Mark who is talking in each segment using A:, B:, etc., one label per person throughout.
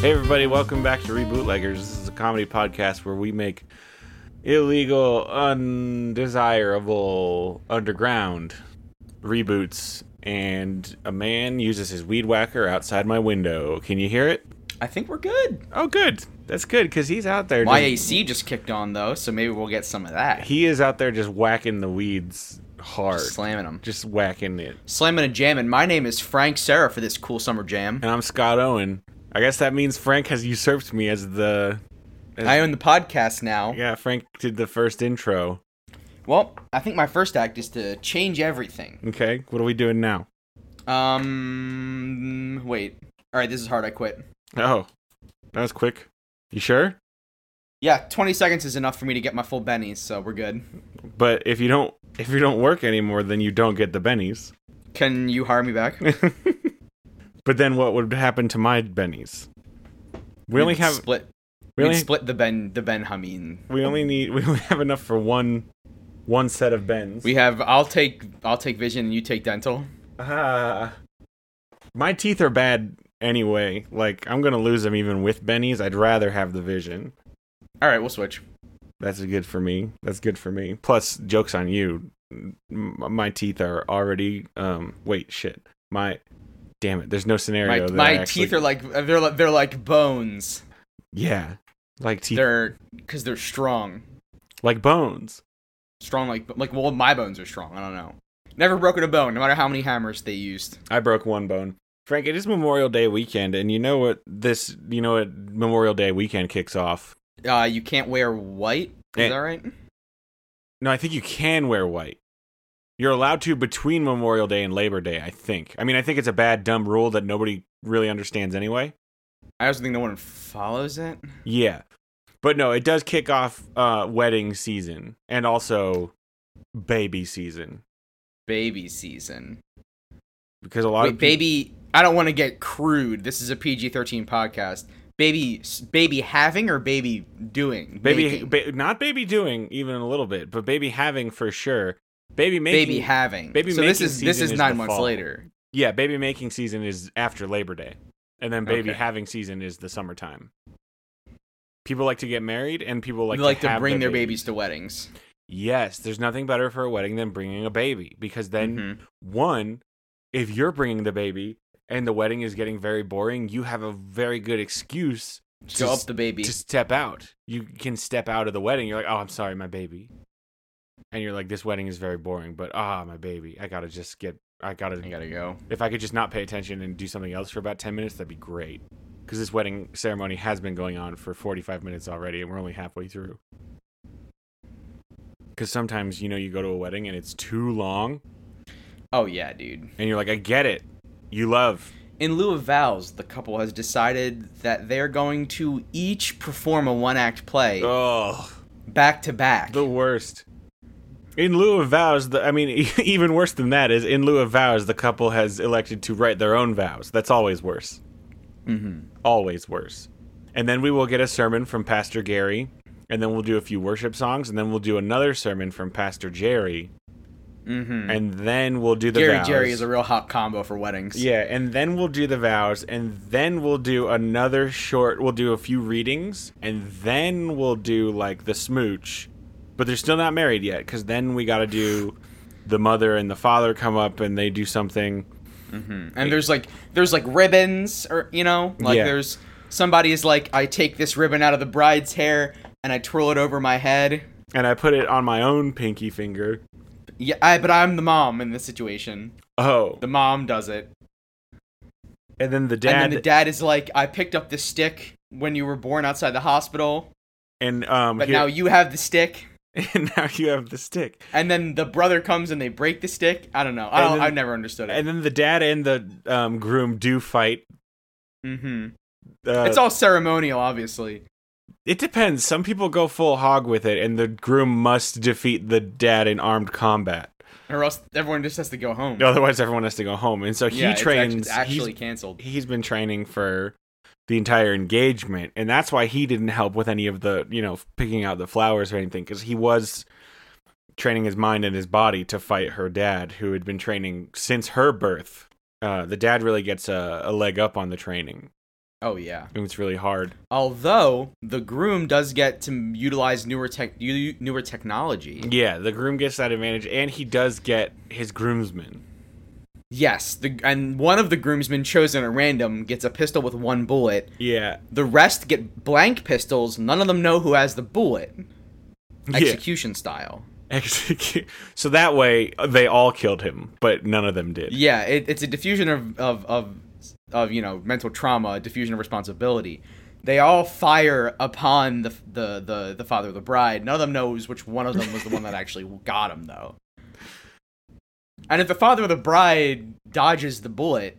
A: Hey, everybody, welcome back to Rebootleggers. This is a comedy podcast where we make illegal, undesirable, underground reboots. And a man uses his weed whacker outside my window. Can you hear it?
B: I think we're good.
A: Oh, good. That's good because he's out there. just-
B: YAC just kicked on though, so maybe we'll get some of that.
A: he is out there just whacking the weeds hard. Just,
B: Slamming them,
A: whacking it.
B: slamming and jamming. My name is Frank Sarah for this cool summer jam.
A: And I'm Scott Owen. I guess that means Frank has usurped me as the.
B: I own the podcast now.
A: Yeah, Frank did the first intro.
B: Well, I think my first act is to change everything.
A: Okay, what are we doing now?
B: Um, wait. All right, this is hard. I quit.
A: Oh, that was quick. You sure?
B: Yeah, 20 seconds is enough for me to get my full bennies, so we're good.
A: But if you don't, if you don't work anymore, then you don't get the bennies.
B: Can you hire me back?
A: But then what would happen to my bennies? We only
B: We'd
A: have
B: split.
A: we
B: We'd
A: only,
B: split the Ben the Ben Hameen.
A: we only need we only have enough for one one set of bens.
B: We have. I'll take. I'll take vision, and you take dental.
A: Ah. my teeth are bad anyway. Like I'm gonna lose them even with bennies. I'd rather have the vision.
B: All right, we'll switch.
A: That's good for me. That's good for me. Plus, jokes on you. M- My teeth are already. Um, wait, shit. My, damn it. There's no
B: My,
A: scenario. that
B: my
A: I actually-
B: teeth are like they're like, they're like bones.
A: Yeah, like teeth,
B: They're because they're strong,
A: like bones.
B: strong like like well my bones are strong. I don't know. Never broken a bone, no matter how many hammers they used.
A: I broke one bone. Frank, it is Memorial Day weekend, and you know what this? You know what Memorial Day weekend kicks off?
B: Uh, you can't wear white. Is
A: Eh.
B: that right?
A: No, I think you can wear white. You're allowed to between Memorial Day and Labor Day. I think. I mean, I think it's a bad, dumb rule that nobody really understands anyway.
B: I also think no one follows it.
A: Yeah. But no, it does kick off uh wedding season and also baby season
B: Baby season.
A: because a lot
B: Wait,
A: of peop-
B: baby. I don't want to get crude. This is a PG thirteen podcast. Baby, baby having or baby doing.
A: baby
B: Making?
A: ba- not baby doing even a little bit, but baby having for sure. Baby making
B: baby having.
A: baby
B: so this
A: making
B: is this
A: season
B: is
A: is
B: nine
A: the
B: months
A: fall.
B: later.
A: Yeah, baby making season is after Labor Day. And then baby
B: Okay.
A: having season is the summertime. People like to get married and people like
B: Like, like
A: to,
B: to
A: have
B: bring their
A: babies.
B: babies to weddings.
A: Yes, there's nothing better for a wedding than bringing a baby because then
B: Mhm.
A: one, if you're bringing the baby and the wedding is getting very boring, you have a very good excuse
B: Just go
A: to
B: up the baby.
A: to step out. You can step out of the wedding. You're like, oh, I'm sorry, my baby. And you're like, this wedding is very boring, but ah, my baby, I gotta just get, I gotta,
B: I gotta go.
A: if I could just not pay attention and do something else for about 10 minutes, that'd be great. Because this wedding ceremony has been going on for 45 minutes already, and we're only halfway through. Because sometimes, you know, you go to a wedding and it's too long,
B: Oh yeah, dude.
A: and you're like, I get it. You love.
B: In lieu of vows, the couple has decided that they're going to each perform a one-act play
A: Oh,
B: back to back.
A: the worst. In lieu of vows, the, I mean, even worse than that is in lieu of vows, the couple has elected to write their own vows. That's always worse.
B: Mhm.
A: Always worse. And then we will get a sermon from Pastor Gary, and then we'll do a few worship songs, and then we'll do another sermon from Pastor Jerry,
B: Mhm.
A: and then we'll do the
B: Gary
A: vows.
B: Jerry is a real hot combo for weddings.
A: yeah, and then we'll do the vows, and then we'll do another short. We'll do a few readings, and then we'll do like the smooch. But they're still not married yet, because then we got to do the mother and the father come up and they do something.
B: And there's like there's like ribbons or you know, like
A: Yeah.
B: there's somebody is like I take this ribbon out of the bride's hair and I twirl it over my head.
A: And I put it on my own pinky finger.
B: Yeah, I, but I'm the mom in this situation.
A: Oh,
B: The mom does it.
A: and then the
B: And
A: dad
B: then the dad is like, I picked up this stick when you were born outside the hospital,
A: and um
B: but
A: here-
B: now you have the stick.
A: and now you have the stick.
B: And then the brother comes and they break the stick. I don't know. I
A: And
B: don't,
A: then-
B: I've never understood it.
A: And then the dad and the um, groom do fight.
B: hmm
A: Uh,
B: it's all ceremonial, obviously.
A: it depends. Some people go full hog with it, and the groom must defeat the dad in armed combat.
B: Or else everyone just has to go home.
A: Otherwise, everyone has to go home. And so he
B: yeah, it's act-
A: trains.
B: It's actually canceled.
A: he's, he's been training for the entire engagement, and that's why he didn't help with any of the you know picking out the flowers or anything because he was training his mind and his body to fight her dad, who had been training since her birth. Uh, the dad really gets a, a leg up on the training.
B: Oh yeah.
A: and it's really hard.
B: Although the groom does get to m- utilize newer tech, u- newer technology.
A: Yeah, the groom gets that advantage, and he does get his groomsman.
B: Yes, the and one of the groomsmen chosen at random gets a pistol with one bullet.
A: Yeah,
B: The rest get blank pistols. None of them know who has the bullet. Execution style.
A: yeah. Execute. So that way, they all killed him, but none of them did.
B: Yeah, it, it's a diffusion of, of of of you know mental trauma, a diffusion of responsibility. They all fire upon the the the, the father of the bride. None of them knows which one of them was the one that actually got him though. And if the father of the bride dodges the bullet,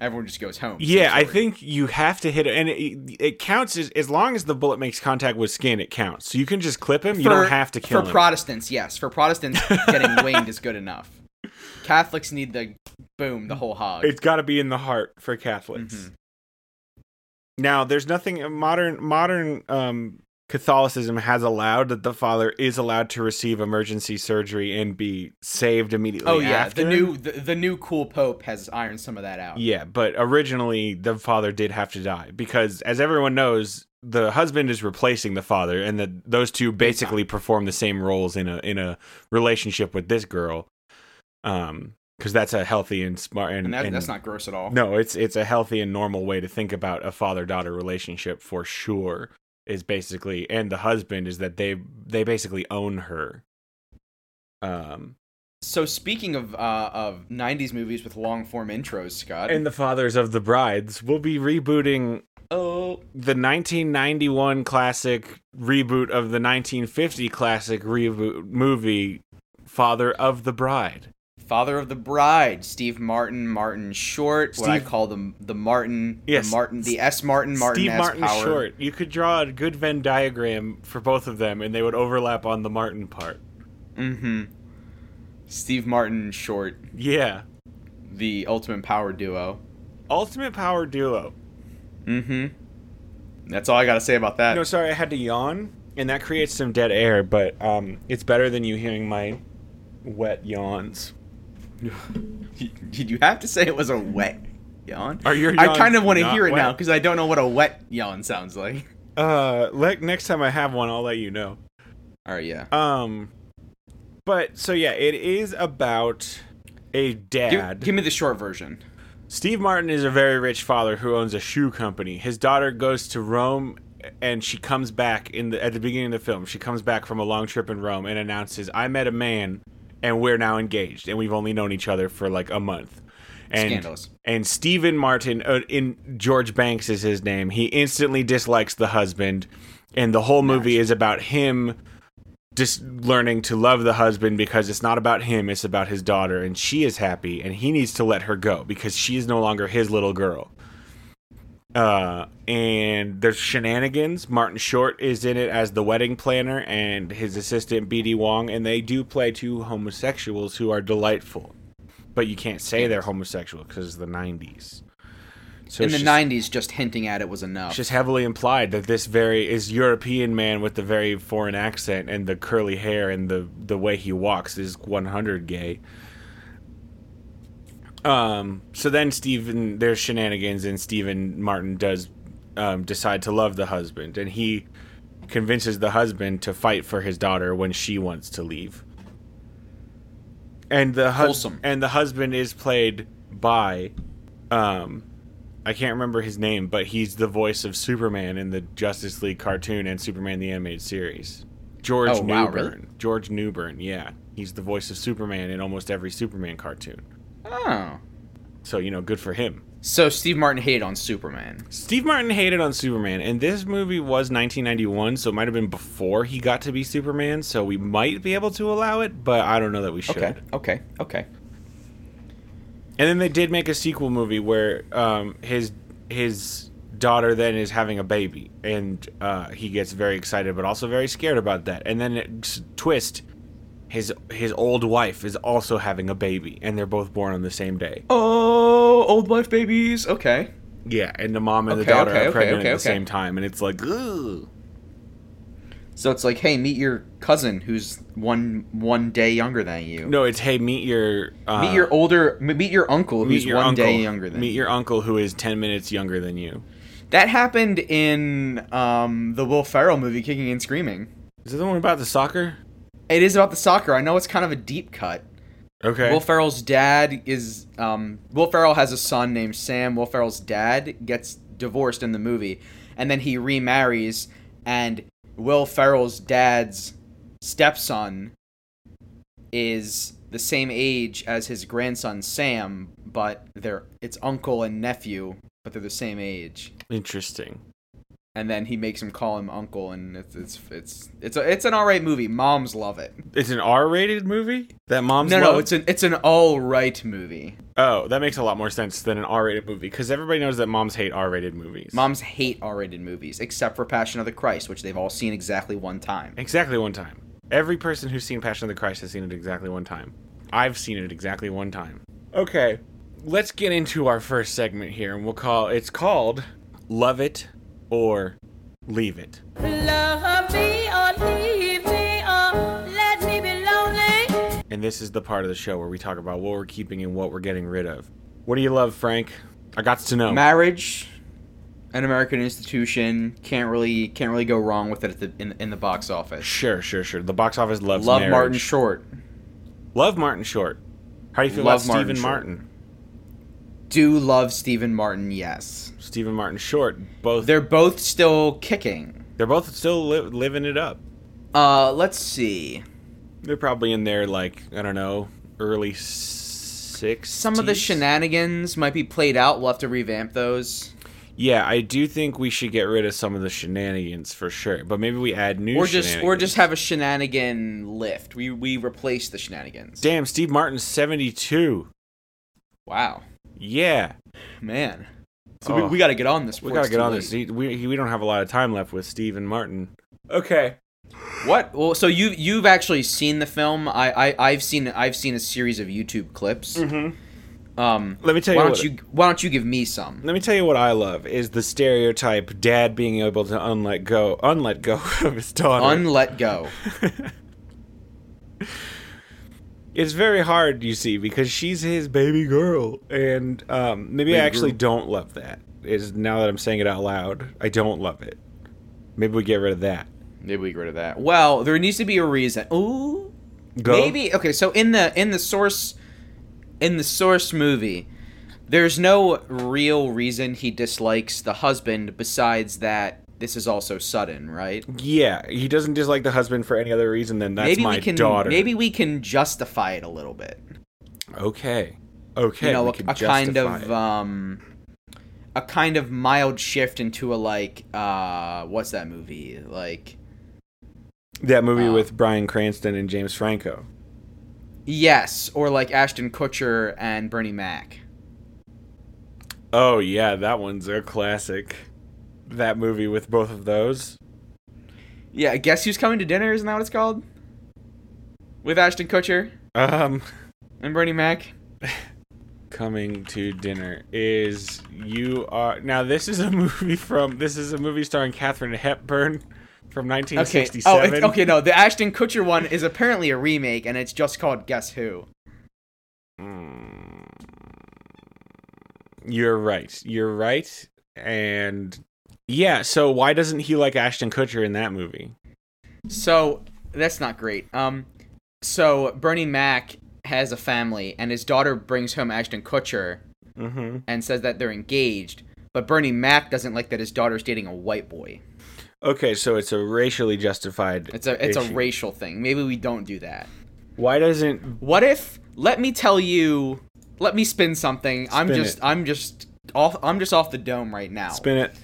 B: everyone just goes home.
A: Yeah, I
B: Sorry.
A: think you have to hit it, and it, it counts as, as long as the bullet makes contact with skin. It counts, so you can just clip him. you don't
B: For-
A: have to kill
B: for
A: him.
B: Protestants. Yes, for Protestants, getting winged is good enough. Catholics need the boom, the whole hog.
A: it's got to be in the heart for Catholics.
B: Mhm.
A: Now, there's nothing uh, modern modern um, Catholicism has allowed that the father is allowed to receive emergency surgery and be saved immediately.
B: Oh yeah,
A: after.
B: the new the, the new cool pope has ironed some of that out.
A: Yeah, but originally the father did have to die because, as everyone knows, the husband is replacing the father, and the, those two basically perform the same roles in a in a relationship with this girl. Um, because that's a healthy and smart and,
B: and, that,
A: and
B: that's not gross at all.
A: no, it's it's a healthy and normal way to think about a father daughter relationship for sure. Is basically and the husband is that they they basically own her. Um,
B: So speaking of uh, of '90s movies with long form intros, Scott.
A: and the fathers of the brides will be rebooting
B: oh,
A: the 1991 classic reboot of the 1950 classic reboot movie Father of the Bride.
B: Father of the Bride, Steve Martin, Martin Short. What I
A: Steve-
B: call the the Martin,
A: Yes,
B: the Martin, the S Martin, Martin
A: Steve
B: S
A: Martin
B: Power.
A: Short. You could draw a good Venn diagram for both of them and they would overlap on the Martin part.
B: Mm-hmm. Steve Martin Short,
A: Yeah.
B: the ultimate power duo.
A: Ultimate Power Duo.
B: Mm-hmm. That's all I gotta say about that.
A: No, sorry, I had to yawn and that creates some dead air, but um it's better than you hearing my wet yawns.
B: Did you have to say it was a wet yawn?
A: Are your
B: I
A: yawns
B: kind of want to
A: not
B: hear it now
A: wet?
B: because I don't know what a wet yawn sounds like.
A: Uh like next time I have one I'll let you know.
B: All right, yeah.
A: Um, but so yeah, it is about a
B: Give,
A: dad.
B: give me the short version.
A: Steve Martin is a very rich father who owns a shoe company. His daughter goes to Rome, and she comes back in the at the beginning of the film. She comes back from a long trip in Rome and announces, "I met a man, and we're now engaged, and we've only known each other for like a month." And,
B: Scandalous.
A: And Stephen Martin, uh, in George Banks is his name. He instantly dislikes the husband, and the whole movie is about him just learning to love the husband because it's not about him, it's about his daughter, and she is happy, and he needs to let her go because she is no longer his little girl. Uh, and there's shenanigans. Martin Short is in it as the wedding planner and his assistant BD Wong, and they do play two homosexuals who are delightful, but you can't say they're homosexual because it's the 90s. So
B: In
A: it's
B: the
A: just-
B: '90s, just hinting at it was enough.
A: it's just heavily implied that this very is European man with the very foreign accent and the curly hair and the the way he walks is 100 gay. Um. So then Stephen, there's shenanigans, and Stephen Martin does um, decide to love the husband, and he convinces the husband to fight for his daughter when she wants to leave. And the hus-
B: Wholesome.
A: and the husband is played by, um, I can't remember his name, but he's the voice of Superman in the Justice League cartoon and Superman the animated series. George
B: Oh, wow,
A: Newbern.
B: really?
A: George Newbern. Yeah, he's the voice of Superman in almost every Superman cartoon.
B: oh.
A: So you know, good for him.
B: So Steve Martin hated on Superman.
A: Steve Martin hated on Superman, and this movie was 1991, so it might have been before he got to be Superman. So we might be able to allow it, but I don't know that we should.
B: Okay, okay, okay.
A: And then they did make a sequel movie where um, his his daughter then is having a baby, and uh, he gets very excited but also very scared about that. And then it's- twist, his his old wife is also having a baby, and they're both born on the same day.
B: Oh, old wife babies. Okay.
A: Yeah, and the mom and
B: Okay,
A: the daughter
B: okay,
A: are
B: okay,
A: pregnant
B: okay,
A: at the
B: okay.
A: same time, and it's like, ooh.
B: So it's like, hey, meet your cousin who's one one day younger than you.
A: No, it's hey, meet your uh,
B: meet your older, m- meet your uncle
A: meet
B: who's
A: your
B: one
A: uncle.
B: day younger than
A: meet
B: you.
A: your uncle who is ten minutes younger than you.
B: That happened in um, the Will Ferrell movie, Kicking and Screaming.
A: Is that the one about the soccer?
B: It is about the soccer. I know it's kind of a deep cut.
A: Okay.
B: Will Ferrell's dad is um, Will Ferrell has a son named Sam. Will Ferrell's dad gets divorced in the movie, and then he remarries, and Will Ferrell's dad's stepson is the same age as his grandson Sam, but they're it's uncle and nephew, but they're the same age.
A: Interesting.
B: And then he makes him call him uncle, and it's it's it's it's, a, it's an alright movie. Moms love it.
A: It's an R-rated movie that mom's
B: no,
A: love?
B: no, it's an it's an alright movie.
A: oh, that makes a lot more sense than an R-rated movie because everybody knows that moms hate R-rated movies.
B: Moms hate R-rated movies, except for Passion of the Christ, which they've all seen exactly one time.
A: exactly one time. Every person who's seen Passion of the Christ has seen it exactly one time. I've seen it exactly one time. Okay, let's get into our first segment here, and we'll call it's called "Love It" or "Leave It."
C: Love me or leave me or let me be lonely.
A: And this is the part of the show where we talk about what we're keeping and what we're getting rid of. What do you love, Frank? I got to know.
B: Marriage, an American institution, can't really can't really go wrong with it at the, in in the box office.
A: sure, sure, sure. The box office loves
B: Love
A: marriage.
B: Martin Short,
A: Love Martin Short. How do you feel
B: Love
A: about Stephen
B: Martin Short.
A: Martin?
B: do love Stephen Martin, yes.
A: Stephen Martin Short. Both they're,
B: They're both still kicking.
A: both still li- living it up.
B: Uh, let's see.
A: They're probably in their like I don't know early six.
B: Some of the shenanigans might be played out. We'll have to revamp those,
A: Yeah, I do think we should get rid of some of the shenanigans for sure. But maybe we add new.
B: or just or
A: shenanigans.
B: just have a shenanigan lift. We we replace the shenanigans.
A: Damn, Steve Martin's seventy-two.
B: Wow,
A: Yeah,
B: man. So we,
A: Oh.
B: we got to get on this.
A: we
B: before
A: gotta
B: it's
A: get
B: too
A: on
B: late.
A: this. He- We he- we don't have a lot of time left with Steve and Martin. Okay.
B: What? Well, so you you've actually seen the film? I, I I've seen I've seen a series of YouTube clips.
A: Mm-hmm.
B: Um,
A: Let me tell you
B: why
A: what-
B: don't you why don't you give me some?
A: Let me tell you what I love is the stereotype dad being able to unlet go, unlet go of his daughter.
B: Unlet go.
A: it's very hard, you see, because she's his baby girl, and um, maybe I
B: Baby
A: actually
B: girl.
A: don't love that. Is now that I'm saying it out loud, I don't love it. Maybe we get rid of that.
B: Maybe we get rid of that. Well, there needs to be a reason. Ooh,
A: Go.
B: maybe. Okay, so in the in the source in the source movie, there's no real reason he dislikes the husband besides that this is also sudden, right?
A: Yeah, he doesn't dislike the husband for any other reason than that's
B: maybe
A: my
B: we can
A: daughter.
B: maybe we can justify it a little bit.
A: Okay. Okay.
B: you know,
A: we
B: a,
A: can
B: a kind
A: justify
B: of
A: it.
B: um, a kind of mild shift into a like uh, what's that movie like?
A: that movie
B: uh,
A: with Brian Cranston and James Franco.
B: Yes, or like Ashton Kutcher and Bernie Mac.
A: Oh yeah, that one's a classic. That movie with both of those.
B: Yeah, guess who's coming to dinner? Isn't that what it's called? With Ashton Kutcher
A: Um,
B: and Bernie Mac.
A: coming to dinner is you are now. This is a movie from this is a movie starring Katharine Hepburn from
B: Okay.
A: 1967.
B: Oh, it's, okay. No, the Ashton Kutcher one is apparently a remake, and it's just called Guess Who.
A: You're right. You're right. And yeah, so why doesn't he like Ashton Kutcher in that movie?
B: So that's not great. Um, so Bernie Mac has a family, and his daughter brings home Ashton Kutcher
A: Mm-hmm.
B: and says that they're engaged. But Bernie Mac doesn't like that his daughter's dating a white boy.
A: Okay, so it's a racially justified.
B: It's a it's
A: issue.
B: a racial thing. Maybe we don't do that.
A: Why doesn't
B: What if? Let me tell you. Let me spin something. I'm
A: Spin
B: just
A: it.
B: I'm just off I'm just off the dome right now.
A: spin it?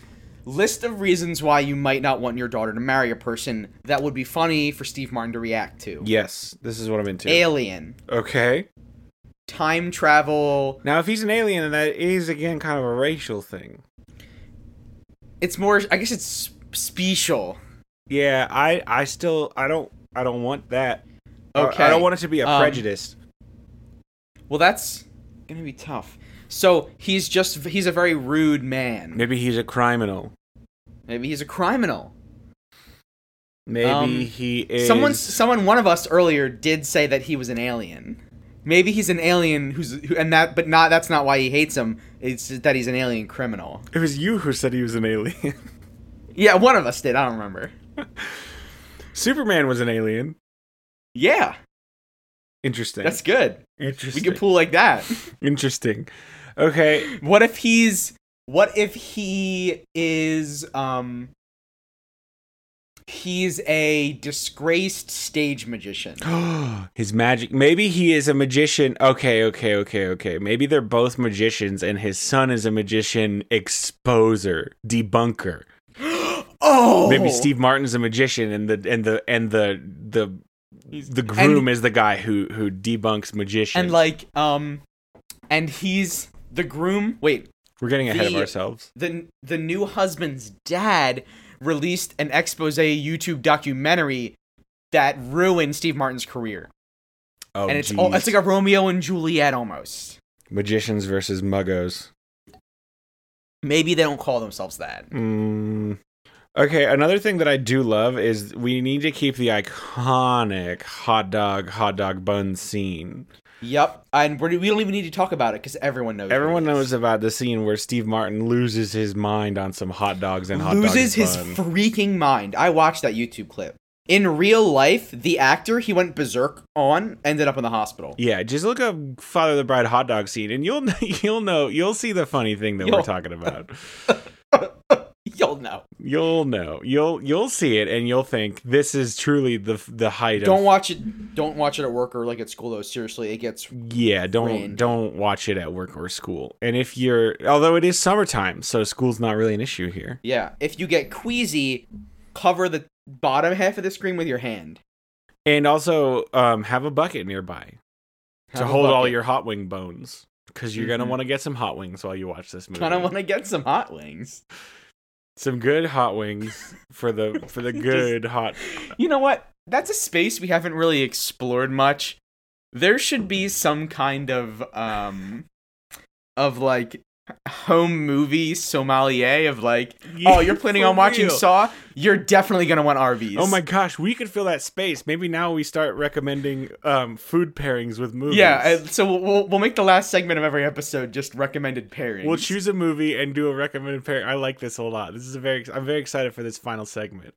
B: List of reasons why you might not want your daughter to marry a person that would be funny for Steve Martin to react to.
A: Yes, this is what I'm into.
B: Alien,
A: okay.
B: time travel,
A: Now, if he's an alien, then that is again kind of a racial thing.
B: it's more i guess it's special
A: Yeah, I, I still, I don't, I don't want that. I-
B: okay
A: I, don't want it to be a
B: Um,
A: prejudice.
B: well that's gonna be tough so he's just he's a very rude man
A: Maybe he's a criminal.
B: maybe he's a criminal
A: Maybe
B: Um,
A: he is.
B: Someone, someone, one of us earlier did say that he was an alien. Maybe he's an alien who's who, and that, but not. That's not why he hates him. It's just that he's an alien criminal.
A: It was you who said he was an alien.
B: Yeah, one of us did. I don't remember.
A: Superman was an alien.
B: Yeah,
A: Interesting.
B: that's good. We
A: interesting.
B: could pull like that.
A: interesting. Okay.
B: What if he's? What if he is? Um, he's a disgraced stage magician.
A: his magic. Maybe he is a magician. Okay, okay, okay, okay. Maybe they're both magicians, and his son is a magician exposer, debunker.
B: Oh,
A: Maybe Steve Martin's a magician, and the and the and the the the groom is the guy who who debunks magicians.
B: and like um, and he's the groom. Wait,
A: we're getting ahead of
B: the-
A: ourselves.
B: the the new husband's dad released an expose YouTube documentary that ruined Steve Martin's career,
A: Oh,
B: and it's all, it's like a Romeo and Juliet almost.
A: magicians versus muggos.
B: Maybe they don't call themselves that.
A: Mm. Okay, another thing that I do love is we need to keep the iconic hot dog, hot dog bun scene.
B: Yep, and we're, we don't even need to talk about it because everyone knows. what
A: Everyone
B: it is.
A: knows about the scene where Steve Martin loses his mind on some hot dogs and hot
B: loses
A: dog
B: his
A: bun.
B: freaking mind. I watched that YouTube clip. In real life, the actor he went berserk on ended up in the hospital.
A: yeah, just look up Father of the Bride hot dog scene, and you'll you'll know you'll see the funny thing that we're
B: You'll-
A: talking about.
B: You'll know.
A: You'll know you'll you'll see it, and you'll think this is truly the the height.
B: Don't
A: of,
B: watch it. Don't watch it at work or like at school though. Seriously, it gets
A: Yeah, don't
B: Rain.
A: don't watch it at work or school. And if you're although it is summertime, so school's not really an issue here.
B: Yeah, if you get queasy, cover the bottom half of the screen with your hand.
A: And also um have a bucket nearby to
B: Have a
A: hold all
B: bucket.
A: your hot wing bones cuz you're going to
B: Mhm.
A: want to get some hot wings while you watch this movie.
B: Kind of want to get some hot wings.
A: some good hot wings for the for the
B: Just-
A: good hot
B: You know what? That's a space we haven't really explored much. There should be some kind of um, of like home movie sommelier of like, oh, you're planning
A: For
B: on watching
A: real.
B: Saw? You're definitely gonna want RVs.
A: Oh my gosh, we could fill that space. Maybe now we start recommending um food pairings with movies.
B: Yeah, uh, so we'll- we'll we'll make the last segment of every episode just recommended pairings.
A: We'll choose a movie and do a recommended pairing. I like this a lot. This is a very I'm very excited for this final segment.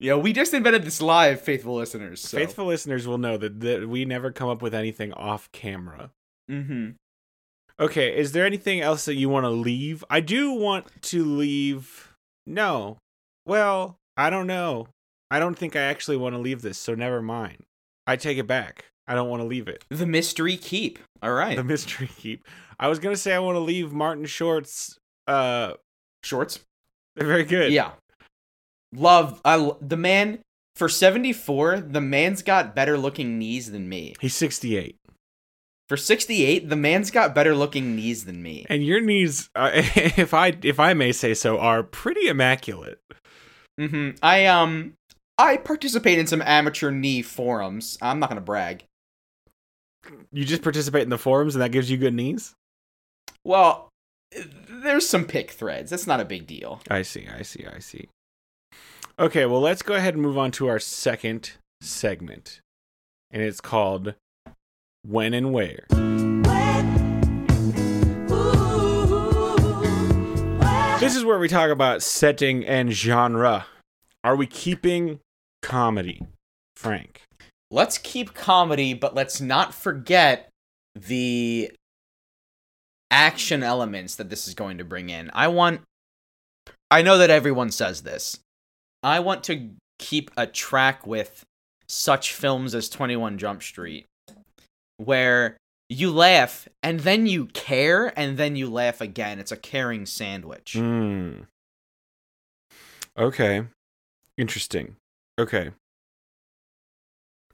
B: Yeah, we just invented this live, faithful listeners. So.
A: Faithful listeners will know that, that we never come up with anything off camera.
B: Mm-hmm.
A: Okay, is there anything else that you want to leave? I do want to leave. No. Well, I don't know. I don't think I actually want to leave this, so never mind. I take it back. I don't want to leave it.
B: The mystery keep. All right.
A: The mystery keep. I was going to say I want to leave Martin Short's uh
B: shorts.
A: they're very good.
B: Yeah. Love. I l- the man for 74, the man's got better looking knees than me.
A: He's 68.
B: For 68, the man's got better looking knees than me.
A: And your knees uh, if I if I may say so are pretty immaculate.
B: Mhm. I um I participate in some amateur knee forums. I'm not going to brag.
A: You just participate in the forums and that gives you good knees?
B: Well, there's some pick threads. That's not a big deal.
A: I see, I see, I see. Okay, well, let's go ahead and move on to our second segment. And it's called When and Where. This is where we talk about setting and genre. Are we keeping comedy, Frank?
B: Let's keep comedy, but let's not forget the action elements that this is going to bring in. I want I know that everyone says this. I want to keep a track with such films as 21 Jump Street where you laugh and then you care and then you laugh again. It's a caring sandwich.
A: Hmm. Okay. Interesting. Okay.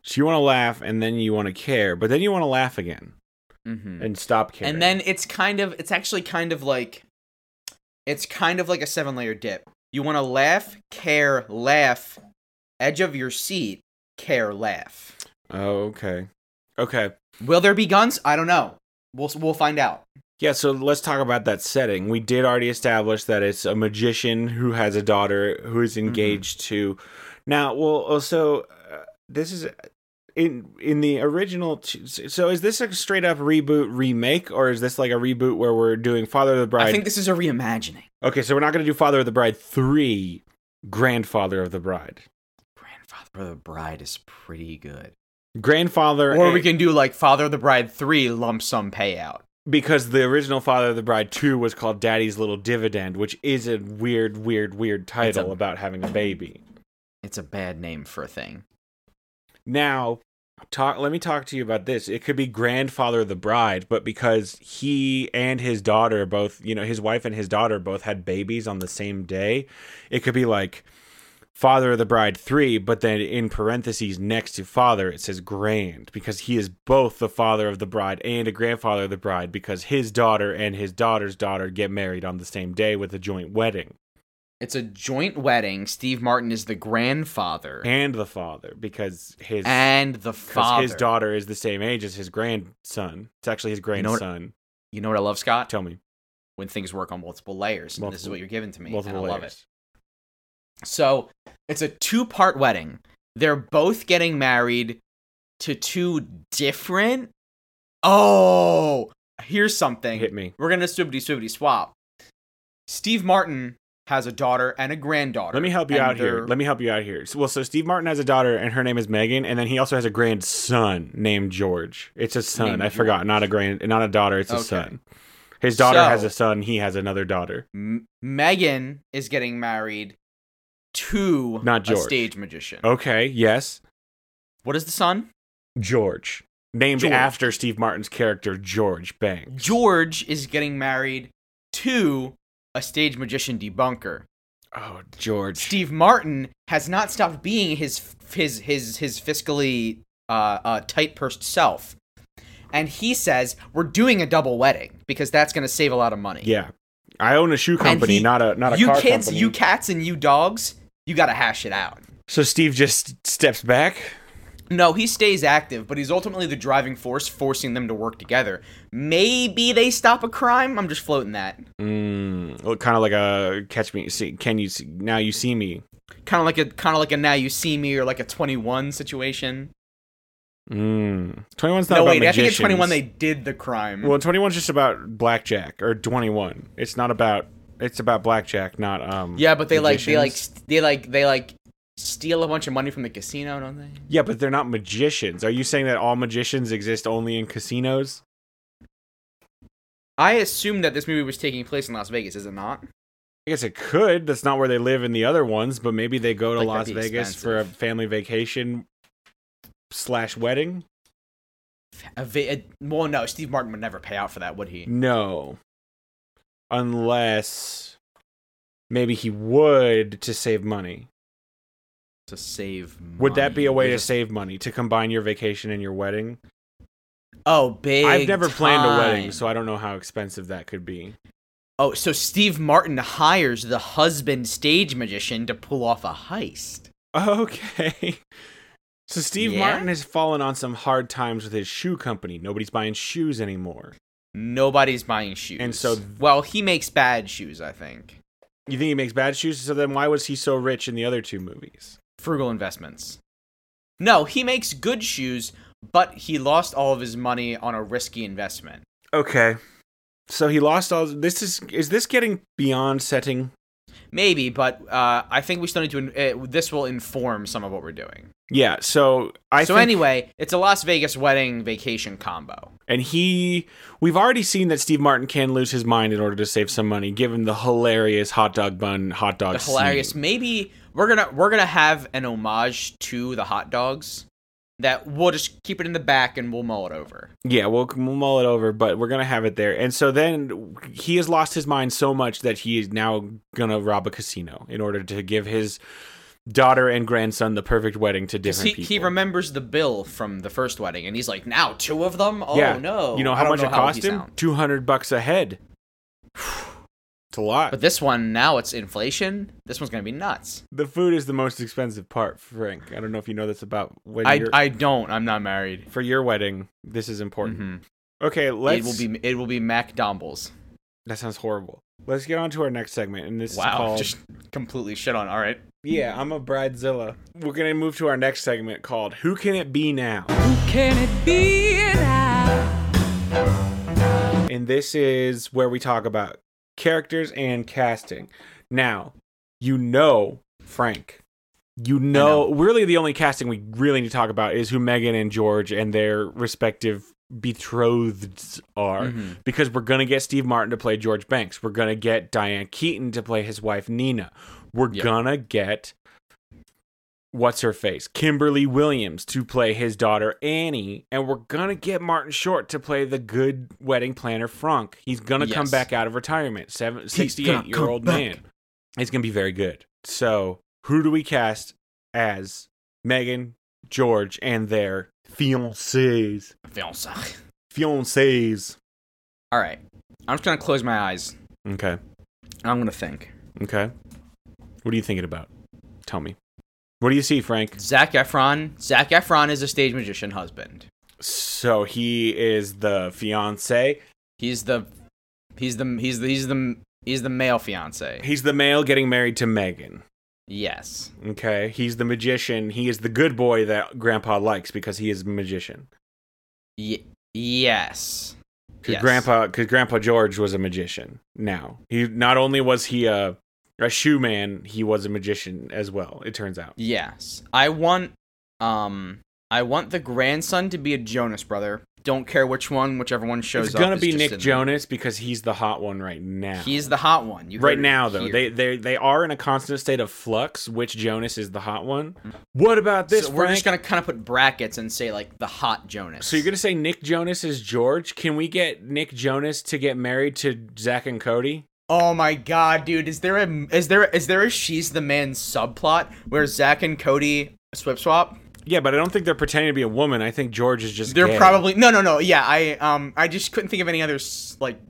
A: So you want to laugh and then you want to care, but then you want to laugh again
B: Mhm.
A: and stop caring.
B: And then it's kind of it's actually kind of like it's kind of like a seven layer dip. You want to laugh, care, laugh, edge of your seat, care, laugh.
A: Oh, okay. Okay.
B: Will there be guns? I don't know. We'll we'll find out.
A: Yeah, so let's talk about that setting. We
B: Mm-hmm.
A: did already establish that it's a magician who has a daughter who is engaged to Now, well, also, uh, this is in in the original. t- So, is this a straight up reboot remake, or is this like a reboot where we're doing Father of the Bride?
B: I think this is a reimagining.
A: okay, so we're not going to do Father of the Bride three, Grandfather of the Bride,
B: Grandfather of the Bride is pretty good.
A: Grandfather, eh,
B: Or we
A: and-
B: can do like Father of the Bride 3 lump sum payout.
A: because the original Father of the Bride two was called Daddy's Little Dividend, which is a weird, weird, weird title about having a baby.
B: It's a bad name for a thing.
A: Now, talk. Let me talk to you about this. It could be grandfather of the bride, but because he and his daughter both, you know, his wife and his daughter both had babies on the same day, it could be like father of the bride three. But then in parentheses next to father, it says grand because he is both the father of the bride and a grandfather of the bride because his daughter and his daughter's daughter get married on the same day with a joint wedding
B: It's a joint wedding. Steve Martin is the grandfather and,
A: and the father because his
B: the
A: Because
B: father.
A: his daughter is the same age as his grandson. It's actually his
B: know what-
A: grandson.
B: You know what I love, Scott?
A: Tell me.
B: When things work on multiple layers. and this is
A: Multiple-
B: what you're giving to me.
A: multiple
B: and I love it.
A: layers.
B: So it's a two part wedding. They're both getting married to two different. Oh, here's something.
A: Hit me.
B: We're going to swoopity swoopity swap. Steve Martin has a daughter and a granddaughter.
A: Let me help you
B: and
A: out here.
B: they're-
A: Let me help you out here. So- Well, so Steve Martin has a daughter, and her name is Megan, and then he also has a grandson named George. It's a son.
B: Named
A: I forgot. Not a grand, not a daughter. It's a
B: Okay.
A: son. His daughter has
B: So-
A: a son. He has another daughter.
B: M- Megan is getting married to
A: Not
B: a
A: George. Oh.
B: stage magician.
A: Okay. Yes,
B: What is the son?
A: George, named
B: George.
A: after Steve Martin's character George Banks.
B: George is getting married to a stage magician debunker.
A: Oh, George.
B: Steve Martin has not stopped being his his his his fiscally uh, uh, tight pursed self, and he says we're doing a double wedding because that's going to save a lot of money.
A: Yeah, I own a shoe company,
B: he-
A: not a not a
B: you
A: car
B: kids,
A: company.
B: you cats, and you dogs, you got to hash it out.
A: so Steve just steps back.
B: No, he stays active, but he's ultimately the driving force forcing them to work together. Maybe they stop a crime. I'm just floating that.
A: Mm, well, kind of like a catch me, see, can you see, now you see me?
B: Kind of like a kind of like a now you see me or like a 21 situation.
A: Mm. 21's not
B: No
A: about
B: wait, I think at
A: magicians.
B: 21 they did the crime.
A: well, 21's just about blackjack or 21. It's not about it's about blackjack, not um.
B: Yeah, but they like they like
A: magicians.
B: st- they like they like steal a bunch of money from the casino, don't they?
A: Yeah, but they're not magicians. Are you saying that all magicians exist only in casinos?
B: I assume that this movie was taking place in Las Vegas, is it not?
A: I guess it could. That's not where they live in the other ones, but maybe they go to
B: Like,
A: Las
B: that'd be
A: Vegas for a
B: expensive.
A: family vacation slash wedding.
B: A va- a- well, no, Steve Martin would never pay out for that, would he?
A: No. Unless maybe he would to save money.
B: To save,
A: Would that be a way to
B: money.
A: save money to combine your vacation and your wedding?
B: Oh, big.
A: I've never planned a wedding,
B: time.
A: so I don't know how expensive that could be.
B: oh, so Steve Martin hires the husband stage magician to pull off a heist.
A: Okay. So Steve
B: Yeah?
A: Martin has fallen on some hard times with his shoe company. Nobody's buying shoes anymore.
B: Nobody's buying shoes,
A: And so-
B: well, he makes bad shoes, I think.
A: You think he makes bad shoes? So then why was he so rich in the other two movies?
B: frugal investments. No, he makes good shoes, but he lost all of his money on a risky investment.
A: Okay. So he lost all this is is this getting beyond setting
B: Maybe, but uh, I think we still need to. Uh, this will inform some of what we're doing.
A: Yeah, so I
B: so
A: think,
B: anyway, it's a Las Vegas wedding vacation combo.
A: and he we've already seen that Steve Martin can lose his mind in order to save some money, given the hilarious hot dog bun hot dog.
B: The hilarious.
A: scene.
B: Maybe we're gonna we're gonna have an homage to the hot dogs. That we'll just keep it in the back and we'll mull it over.
A: Yeah, we'll, we'll mull it over, but we're gonna have it there. And so then he has lost his mind so much that he is now gonna rob a casino in order to give his daughter and grandson the perfect wedding to
B: 'Cause
A: different
B: He,
A: people.
B: he remembers the bill from the first wedding and he's like, now two of them? Oh
A: yeah,
B: no.
A: You know
B: I
A: how
B: don't
A: much it
B: how
A: cost
B: he's
A: him?
B: out.
A: Two hundred bucks a head. It's a lot.
B: But this one now it's inflation. This one's gonna be nuts.
A: the food is the most expensive part, Frank. I don't know if you know this about when
B: I,
A: you're
B: I don't. I'm not married.
A: for your wedding. This is important.
B: hmm
A: Okay,
B: It
A: let's
B: will be it will be Mac Dombles.
A: That sounds horrible. Let's get on to our next segment, and this is
B: Wow,
A: called
B: just completely shit on. All right,
A: Yeah, I'm a bridezilla. We're gonna move to our next segment called Who Can It Be Now?
D: Can it be now?
A: and this is where we talk about characters and casting. Now, you know Frank. You know, really the only casting we really need to talk about is who Megan and George and their respective betrotheds are
B: Mm-hmm.
A: because we're going to get Steve Martin to play George Banks. We're going to get Diane Keaton to play his wife Nina. We're
B: Yep.
A: going to get what's her face? Kimberly Williams to play his daughter Annie, and we're gonna get Martin Short to play the good wedding planner Frank. He's gonna come
B: Yes.
A: back out of retirement, seven,
B: gonna
A: 68 year
B: come
A: old
B: back.
A: man. He's gonna be very good. So, who do we cast as Megan, George, and their fiancés?
B: Fiancé.
A: Fiancés.
B: All right, I'm just gonna close my eyes
A: Okay.
B: and I'm gonna think.
A: Okay. What are you thinking about? Tell me. What do you see, Frank?
B: Zach Efron. Zach Efron is a stage magician husband.
A: So he is the fiance.
B: He's the, he's the, he's the, he's the, he's the male fiance.
A: He's the male getting married to Megan.
B: Yes.
A: Okay. He's the magician. He is the good boy that grandpa likes because he is a magician.
B: Y- yes.
A: Because
B: Yes.
A: grandpa, because grandpa George was a magician. Now he not only was he a a shoe man, he was a magician as well. It turns out.
B: Yes. I want um I want the grandson to be a Jonas brother. Don't care which one, whichever one shows
A: it's
B: up.
A: gonna
B: is
A: be
B: just in
A: Nick
B: there.
A: Jonas because he's the hot one right now.
B: He's the hot one. You
A: right
B: heard it
A: now though.
B: here.
A: They they they are in a constant state of flux. Which Jonas is the hot one? What about this?
B: so we're
A: Frank?
B: just gonna kind of put brackets and say like the hot Jonas.
A: So you're gonna say Nick Jonas is George? Can we get Nick Jonas to get married to Zach and Cody?
B: Oh my god, dude! Is there a is there is there a she's the man subplot where Zach and Cody swip swap?
A: Yeah, but I don't think they're pretending to be a woman. I think George is just.
B: They're
A: gay.
B: probably no no no yeah I um I just couldn't think of any other s- like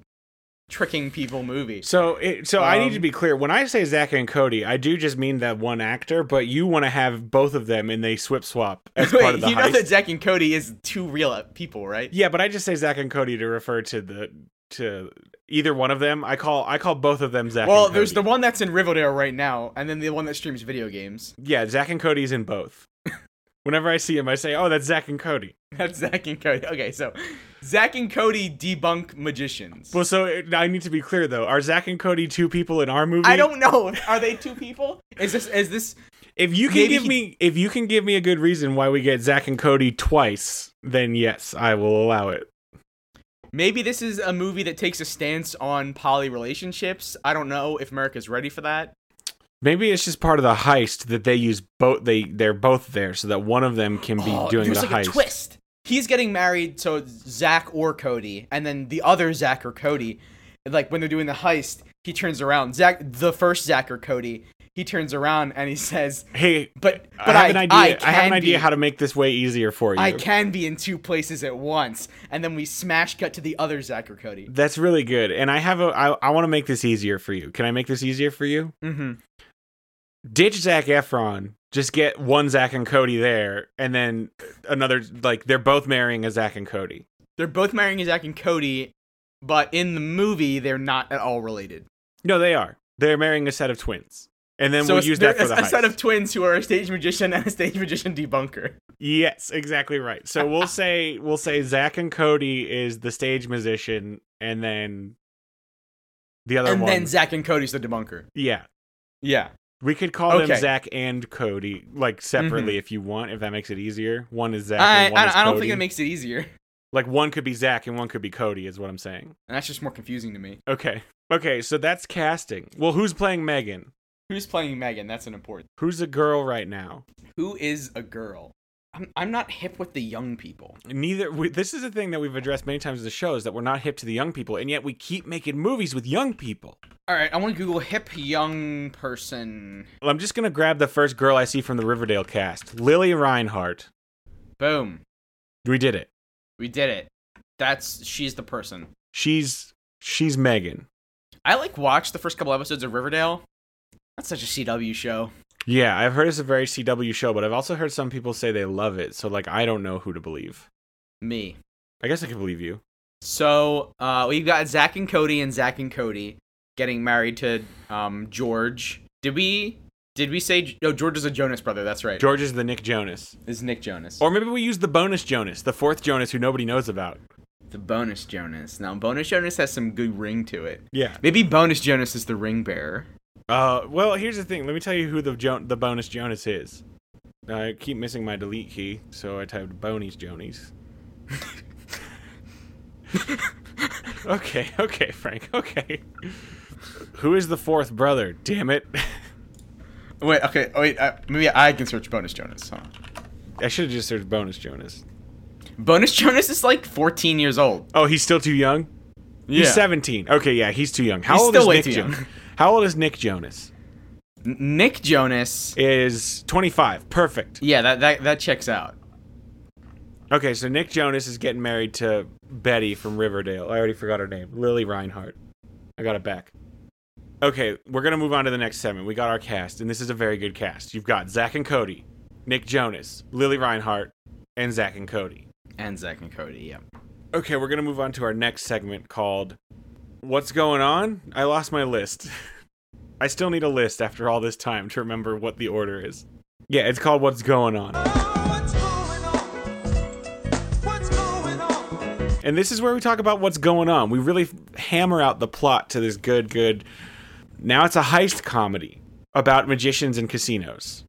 B: tricking people movie.
A: So, it, so I need to
B: Um,
A: be clear. When I say Zach and Cody, I do just mean that one actor. But you want to have both of them, and they swip swap as
B: Wait,
A: part of the
B: you know
A: heist.
B: that Zach and Cody is two real uh, people, right?
A: yeah, but I just say Zach and Cody to refer to the to either one of them. I call I call both of them Zach.
B: Well,
A: and
B: there's the
A: Cody.
B: one that's in Riverdale right now, and then the one that streams video games.
A: yeah Zach and Cody's in both. Whenever I see him, I say, "Oh, that's Zach and Cody."
B: That's Zach and Cody. Okay, so Zach and Cody debunk magicians.
A: Well, so it, I need to be clear though. Are Zach and Cody two people in our movie?
B: I don't know. Are they two people? Is this is this?
A: If you can
B: Maybe
A: give
B: he-
A: me, if you can give me a good reason why we get Zach and Cody twice, then yes, I will allow it.
B: Maybe this is a movie that takes a stance on poly relationships. I don't know if America's ready for that.
A: Maybe it's just part of the heist that they use both. They they're both there so that one of them can be doing
B: there's
A: the
B: Oh, like
A: heist.
B: a twist. He's getting married to Zach or Cody, and then the other Zach or Cody, like when they're doing the heist, he turns around. Zach, the first Zach or Cody, he turns around and he says,
A: Hey,
B: "But,
A: I have
B: but I,
A: an idea.
B: I,
A: I have
B: can
A: an idea
B: be,
A: how to make this way easier for you.
B: I can be in two places at once." And then we smash cut to the other Zach or Cody.
A: That's really good. And I have a. I, I want to make this easier for you. Can I make this easier for you?
B: Mm-hmm.
A: ditch Zach Efron, just get one Zach and Cody there, and then another like they're both marrying a Zach and Cody.
B: They're both marrying Zach and Cody, but in the movie, they're not at all related.
A: No, they are. They're marrying a set of twins, and then we'll
B: it's-
A: use that
B: they're
A: for the
B: a, a
A: heist.
B: set of twins who are a stage magician and a stage magician debunker.
A: yes, exactly right. So we'll say we'll say Zach and Cody is the stage musician, and then the other
B: and
A: one.
B: then Zach and Cody's the debunker.
A: yeah,
B: Yeah.
A: we could call them
B: Okay. Mm-hmm.
A: Zach and Cody like separately if you want, if that makes it easier. One is Zach.
B: I,
A: and one
B: I,
A: is
B: I don't
A: Cody.
B: think it makes it easier. And
A: like one could be Zach and one could be Cody. Is what I'm saying.
B: that's just more confusing to me.
A: Okay. Okay, so that's casting. Well, who's playing Megan?
B: Who's playing Megan? That's an important.
A: Who's a girl right now?
B: Who is a girl? I'm, I'm not hip with the young people.
A: Neither. We, this is a thing that we've addressed many times in the show is that we're not hip to the young people, and yet we keep making movies with young people.
B: All right, I want to Google hip young person.
A: Well, I'm just gonna grab the first girl I see from the Riverdale cast, Lily Reinhardt.
B: Boom.
A: We did it.
B: We did it. That's she's the person.
A: She's she's Megan.
B: I like watched the first couple episodes of Riverdale. That's such a CW show.
A: Yeah, I've heard it's a very CW show, but I've also heard some people say they love it. So like, I don't know who to believe.
B: Me.
A: I guess I could believe you.
B: So uh, we've got Zach and Cody and Zach and Cody getting married to um, George. Did we? Did we say? No, George is a Jonas brother. That's right.
A: George is the Nick Jonas,
B: is Nick Jonas
A: or maybe we use the bonus Jonas, the fourth Jonas who nobody knows about.
B: the bonus Jonas? Now, bonus Jonas has some good ring to it.
A: Yeah.
B: Maybe bonus Jonas is the ring bearer.
A: Uh, well, here's the thing. Let me tell you who the jo- the bonus Jonas is. I keep missing my delete key, so I typed bonies Jonies. okay, okay, Frank. Okay. Who is the fourth brother? Damn it!
B: Wait. Okay. oh, Wait. Uh, maybe I can search bonus Jonas. Hold on.
A: I should have just searched bonus Jonas.
B: Bonus Jonas is like 14 years old.
A: Oh, he's still too young.
B: Yeah.
A: He's 17. Okay, yeah, he's too young. How
B: He's
A: old
B: still
A: is
B: way
A: Nick
B: too young.
A: Jonas? How old is Nick Jonas?
B: N- Nick Jonas.
A: Is 25. Perfect.
B: Yeah. That that that checks out.
A: Okay, so Nick Jonas is getting married to Betty from Riverdale. I already forgot her name. Lily Reinhart. I got it back. Okay, we're going to move on to the next segment. We got our cast, and this is a very good cast. You've got Zach and Cody, Nick Jonas, Lily Reinhart, and Zach and Cody.
B: And Zach and Cody. Yeah.
A: Okay, we're going to move on to our next segment called What's Going On? I lost my list. I still need a list after all this time to remember what the order is. Yeah, it's called What's Going On. And this is where we talk about what's going on. We really f- hammer out the plot to this good, good. Now it's a heist comedy about magicians and casinos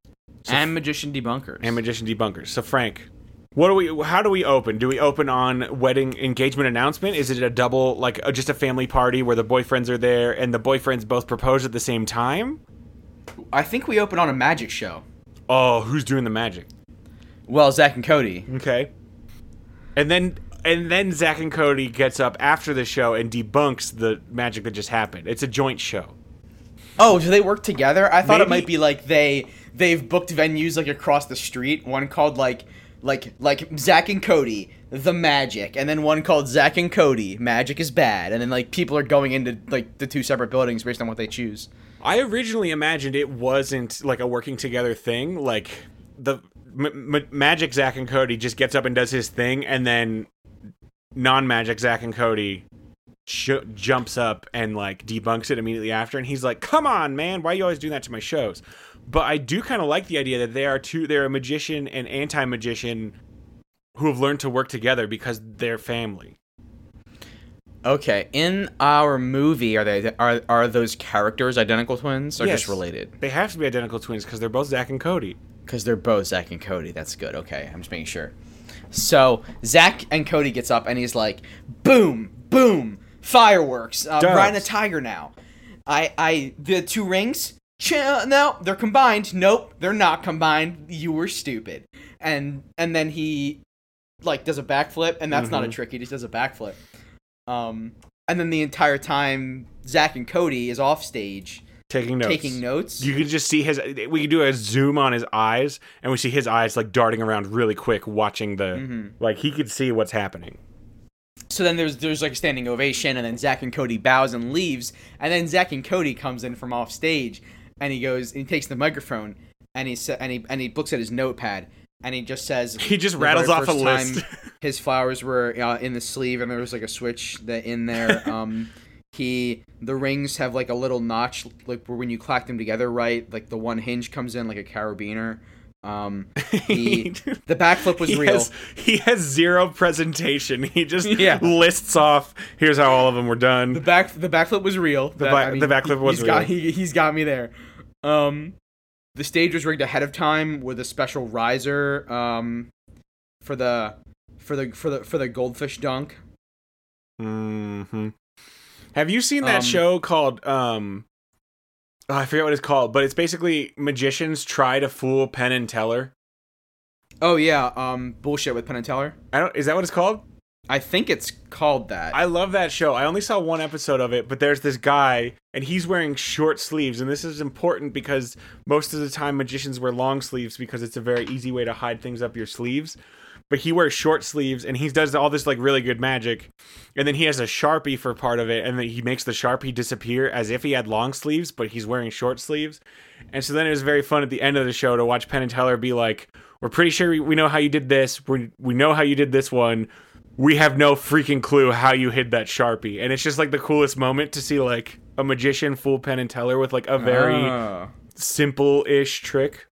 B: and magician debunkers.
A: and magician debunkers. So Frank, what do we? How do we open? Do we open on wedding engagement announcement? Is it a double, like uh just a family party where the boyfriends are there and the boyfriends both propose at the same time?
B: I think we open on a magic show.
A: Oh, who's doing the magic?
B: Well, Zach and Cody.
A: Okay. And then and then Zach and Cody gets up after the show and debunks the magic that just happened. It's a joint show.
B: Oh, do they work together? I thought it
A: Maybe-
B: might be like they they've booked venues like across the street. One called like like like Zach and Cody, the magic, and then one called Zach and Cody, magic is bad, and then like people are going into like the two separate buildings based on what they choose.
A: I originally imagined it wasn't like a working together thing. Like the m- m- magic Zach and Cody just gets up and does his thing, and then non-magic Zach and Cody sh- jumps up and like debunks it immediately after. And he's like, "Come on, man, why you always doing that to my shows?" But I do kind of like the idea that they are two. They're a magician and anti-magician who have learned to work together because they're family.
B: Okay, in our movie, are they are are those characters identical twins or just
A: Yes.
B: related?
A: They have to be identical twins because they're both Zach and Cody.
B: because they're both Zach and Cody. That's good. Okay, I'm just making sure. So Zach and Cody gets up and he's like, "Boom, boom, fireworks! Uh,
A: Doves.
B: riding a tiger now." I, I, the two rings. Ch- no, they're combined. Nope, they're not combined. You were stupid. And and then he, like, does a backflip, and that's not a trick. He just does a backflip. Um, and then the entire time Zach and Cody is off stage
A: Taking notes.
B: taking notes.
A: You can just see his. We can do a zoom on his eyes, and we see his eyes like darting around really quick, watching the. Like he could see what's happening.
B: So then there's there's like a standing ovation, and then Zach and Cody bows and leaves, and then Zach and Cody comes in from off stage, and he goes and he takes the microphone, and he sa- and he and he looks at his notepad, and he just says
A: He just
B: the
A: rattles
B: very
A: off a
B: first time
A: list.
B: his flowers were uh, in the sleeve, and there was like a switch that in there. Um, he the rings have like a little notch, like where when you clack them together, right? Like the one hinge comes in like a carabiner. Um, he, the backflip was
A: He
B: real.
A: has, he has zero presentation. He just
B: Yeah.
A: lists off. Here's how all of them were
B: The
A: done.
B: back the backflip was real. The,
A: ba- the backflip was
B: Got,
A: real.
B: he, he's got me there. Um, the stage was rigged ahead of time with a special riser um, for the for the for the for the goldfish dunk.
A: hmm Have you seen that
B: Um,
A: show called? um oh, I forget what it's called, but it's basically magicians try to fool Penn and Teller.
B: Oh yeah, um, bullshit with Penn and Teller.
A: I don't. Is that what it's called?
B: I think it's called that.
A: I love that show. I only saw one episode of it, but there's this guy and he's wearing short sleeves, and this is important because most of the time magicians wear long sleeves because it's a very easy way to hide things up your sleeves. But he wears short sleeves and he does all this like really good magic, and then he has a sharpie for part of it, and then he makes the sharpie disappear as if he had long sleeves, but he's wearing short sleeves. And so then it was very fun at the end of the show to watch Penn and Teller be like, "We're pretty sure we- we know how you did this. We we know how you did this one." we have no freaking clue how you hid that sharpie and it's just like the coolest moment to see like a magician fool penn and teller with like a very
B: Oh.
A: simple-ish trick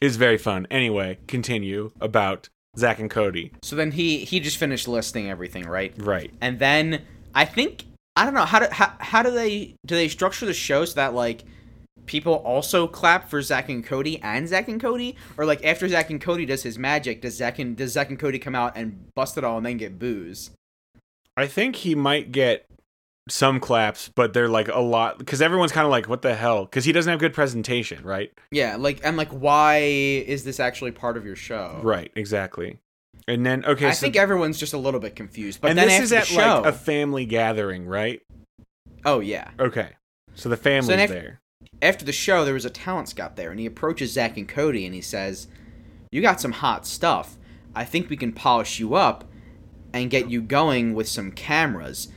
A: is very fun anyway continue about zach and cody
B: So then he he just finished listing everything, right?
A: right
B: And then I think I don't know how do how, how do they do they structure the show so that like people also clap for Zach and Cody and Zach and Cody or like after Zach and Cody does his magic does Zach and does Zach and Cody come out and bust it all and then get booze?
A: i think he might get some claps but they're like a lot because everyone's kind of like what the hell because he doesn't have good presentation right
B: Yeah, like and like why is this actually part of your show?
A: right exactly and then okay
B: I
A: so
B: think everyone's just a little bit confused. But
A: and
B: then
A: this
B: after
A: is
B: the
A: at
B: show,
A: like a family gathering right
B: oh yeah.
A: okay so the family's
B: if-
A: there
B: after the show, there was a talent scout there, and he approaches Zach and Cody and he says, You got some hot stuff. I think we can polish you up and get you going with some cameras.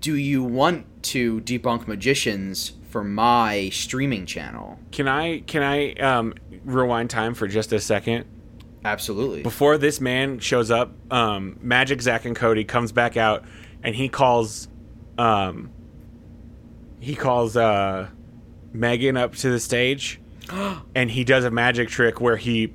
B: Do you want to debunk magicians for my streaming channel?
A: Can I can I um, rewind time for just a second?
B: Absolutely.
A: Before this man shows up, um, Magic Zach and Cody comes back out, and he calls, um, he calls uh, Megan up to the stage, and he does a magic trick where he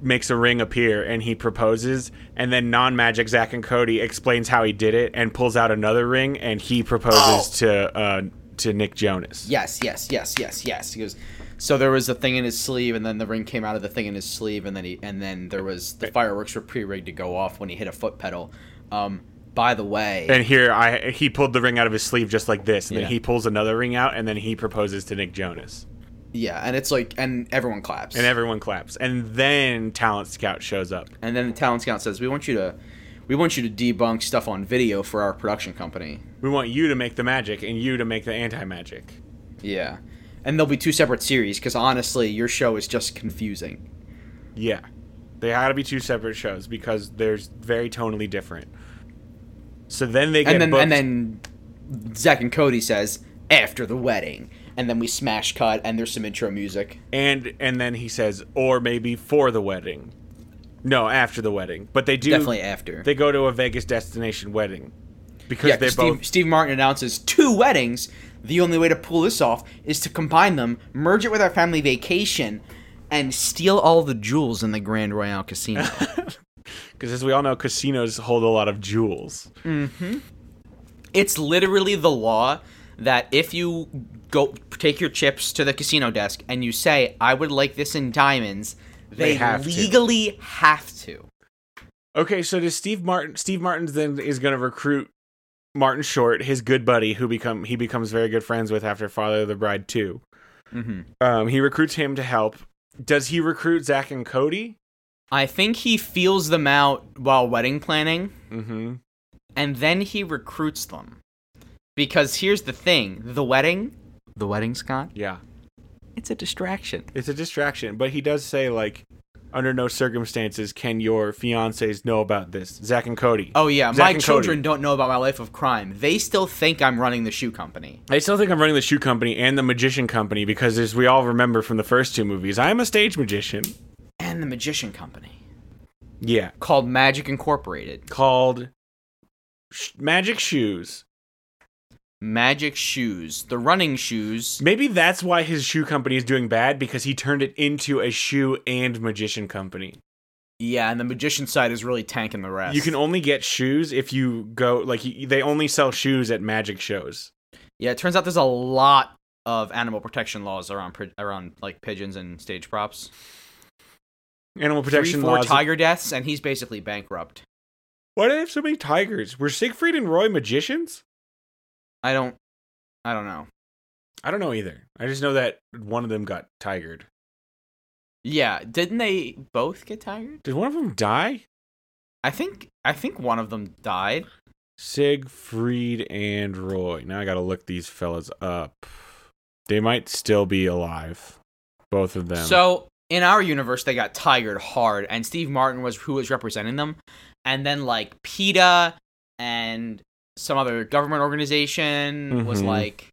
A: makes a ring appear and he proposes, and then non-magic Zach and Cody explains how he did it and pulls out another ring and he proposes to uh, to Nick Jonas.
B: Yes, yes, yes, yes, yes. He goes, so there was a thing in his sleeve, and then the ring came out of the thing in his sleeve, and then he, and then there was the fireworks were pre-rigged to go off when he hit a foot pedal. Um, by the way,
A: And here I he pulled the ring out of his sleeve just like this, and
B: Yeah.
A: then he pulls another ring out, and then he proposes to Nick Jonas,
B: yeah, and it's like, and everyone claps,
A: and everyone claps, and then Talent Scout shows up.
B: And then the talent scout says, "We want you to, we want you to debunk stuff on video for our production company."
A: We want you to make the magic, and you to make the anti magic.
B: Yeah, and there'll be two separate series because honestly, your show is just confusing.
A: Yeah, they had to be two separate shows because they're very tonally different. So then they get
B: And then
A: booked.
B: and then Zach and Cody says, "After the wedding," and then we smash cut, and there's some intro music.
A: and and then he says, or maybe for the wedding. No, after the wedding, but they do
B: Definitely after.
A: They go to a Vegas destination wedding because
B: yeah,
A: they
B: 'cause
A: both
B: Steve, Steve Martin announces two weddings. The only way to pull this off is to combine them, merge it with our family vacation, and steal all the jewels in the Grand Royale Casino.
A: Because as we all know, casinos hold a lot of jewels.
B: It's literally the law that if you go take your chips to the casino desk and you say, "I would like this in diamonds," they,
A: They have to.
B: legally have to.
A: Okay, so does Steve Martin? Steve Martin's then is going to recruit Martin Short, his good buddy, who become he becomes very good friends with after Father of the Bride Two.
B: Mhm.
A: Um, he recruits him to help. Does he recruit Zach and Cody?
B: I think he feels them out while wedding planning,
A: Mm-hmm.
B: and then he recruits them. Because here's the thing: the wedding, the wedding, Scott,
A: Yeah,
B: it's a distraction.
A: it's a distraction, but he does say like, under no circumstances can your fiancés know about this. Zach and Cody.
B: Oh yeah,
A: Zack
B: my
A: and Cody.
B: children don't know about my life of crime. They still think I'm running the shoe company.
A: I still think I'm running the shoe company and the magician company because, as we all remember from the first two movies, I am a stage magician.
B: And the magician company
A: Yeah,
B: called Magic Incorporated.
A: called Sh- Magic Shoes.
B: Magic shoes, the running shoes.
A: Maybe that's why his shoe company is doing bad because he turned it into a shoe and magician company.
B: Yeah, and the magician side is really tanking the rest.
A: You can only get shoes if you go like y- they only sell shoes at magic shows.
B: yeah, it turns out there's a lot of animal protection laws around pri- around like pigeons and stage props.
A: Animal protection
B: Three, four
A: laws.
B: tiger deaths, and he's basically bankrupt.
A: Why do they have so many tigers? Were Siegfried and Roy magicians?
B: I don't, I don't know.
A: I don't know either. I just know that one of them got tigered.
B: Yeah, didn't they both get tired?
A: Did one of them die?
B: I think I think one of them died.
A: Siegfried and Roy. Now I gotta look these fellas up. They might still be alive, both of them.
B: So in our universe, they got tired hard, and Steve Martin was who was representing them, and then like PETA and some other government organization was
A: Mhm.
B: like,